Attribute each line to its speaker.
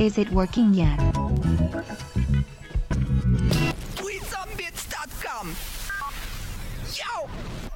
Speaker 1: Is it working yet?
Speaker 2: tweetsupbits.com. Yo!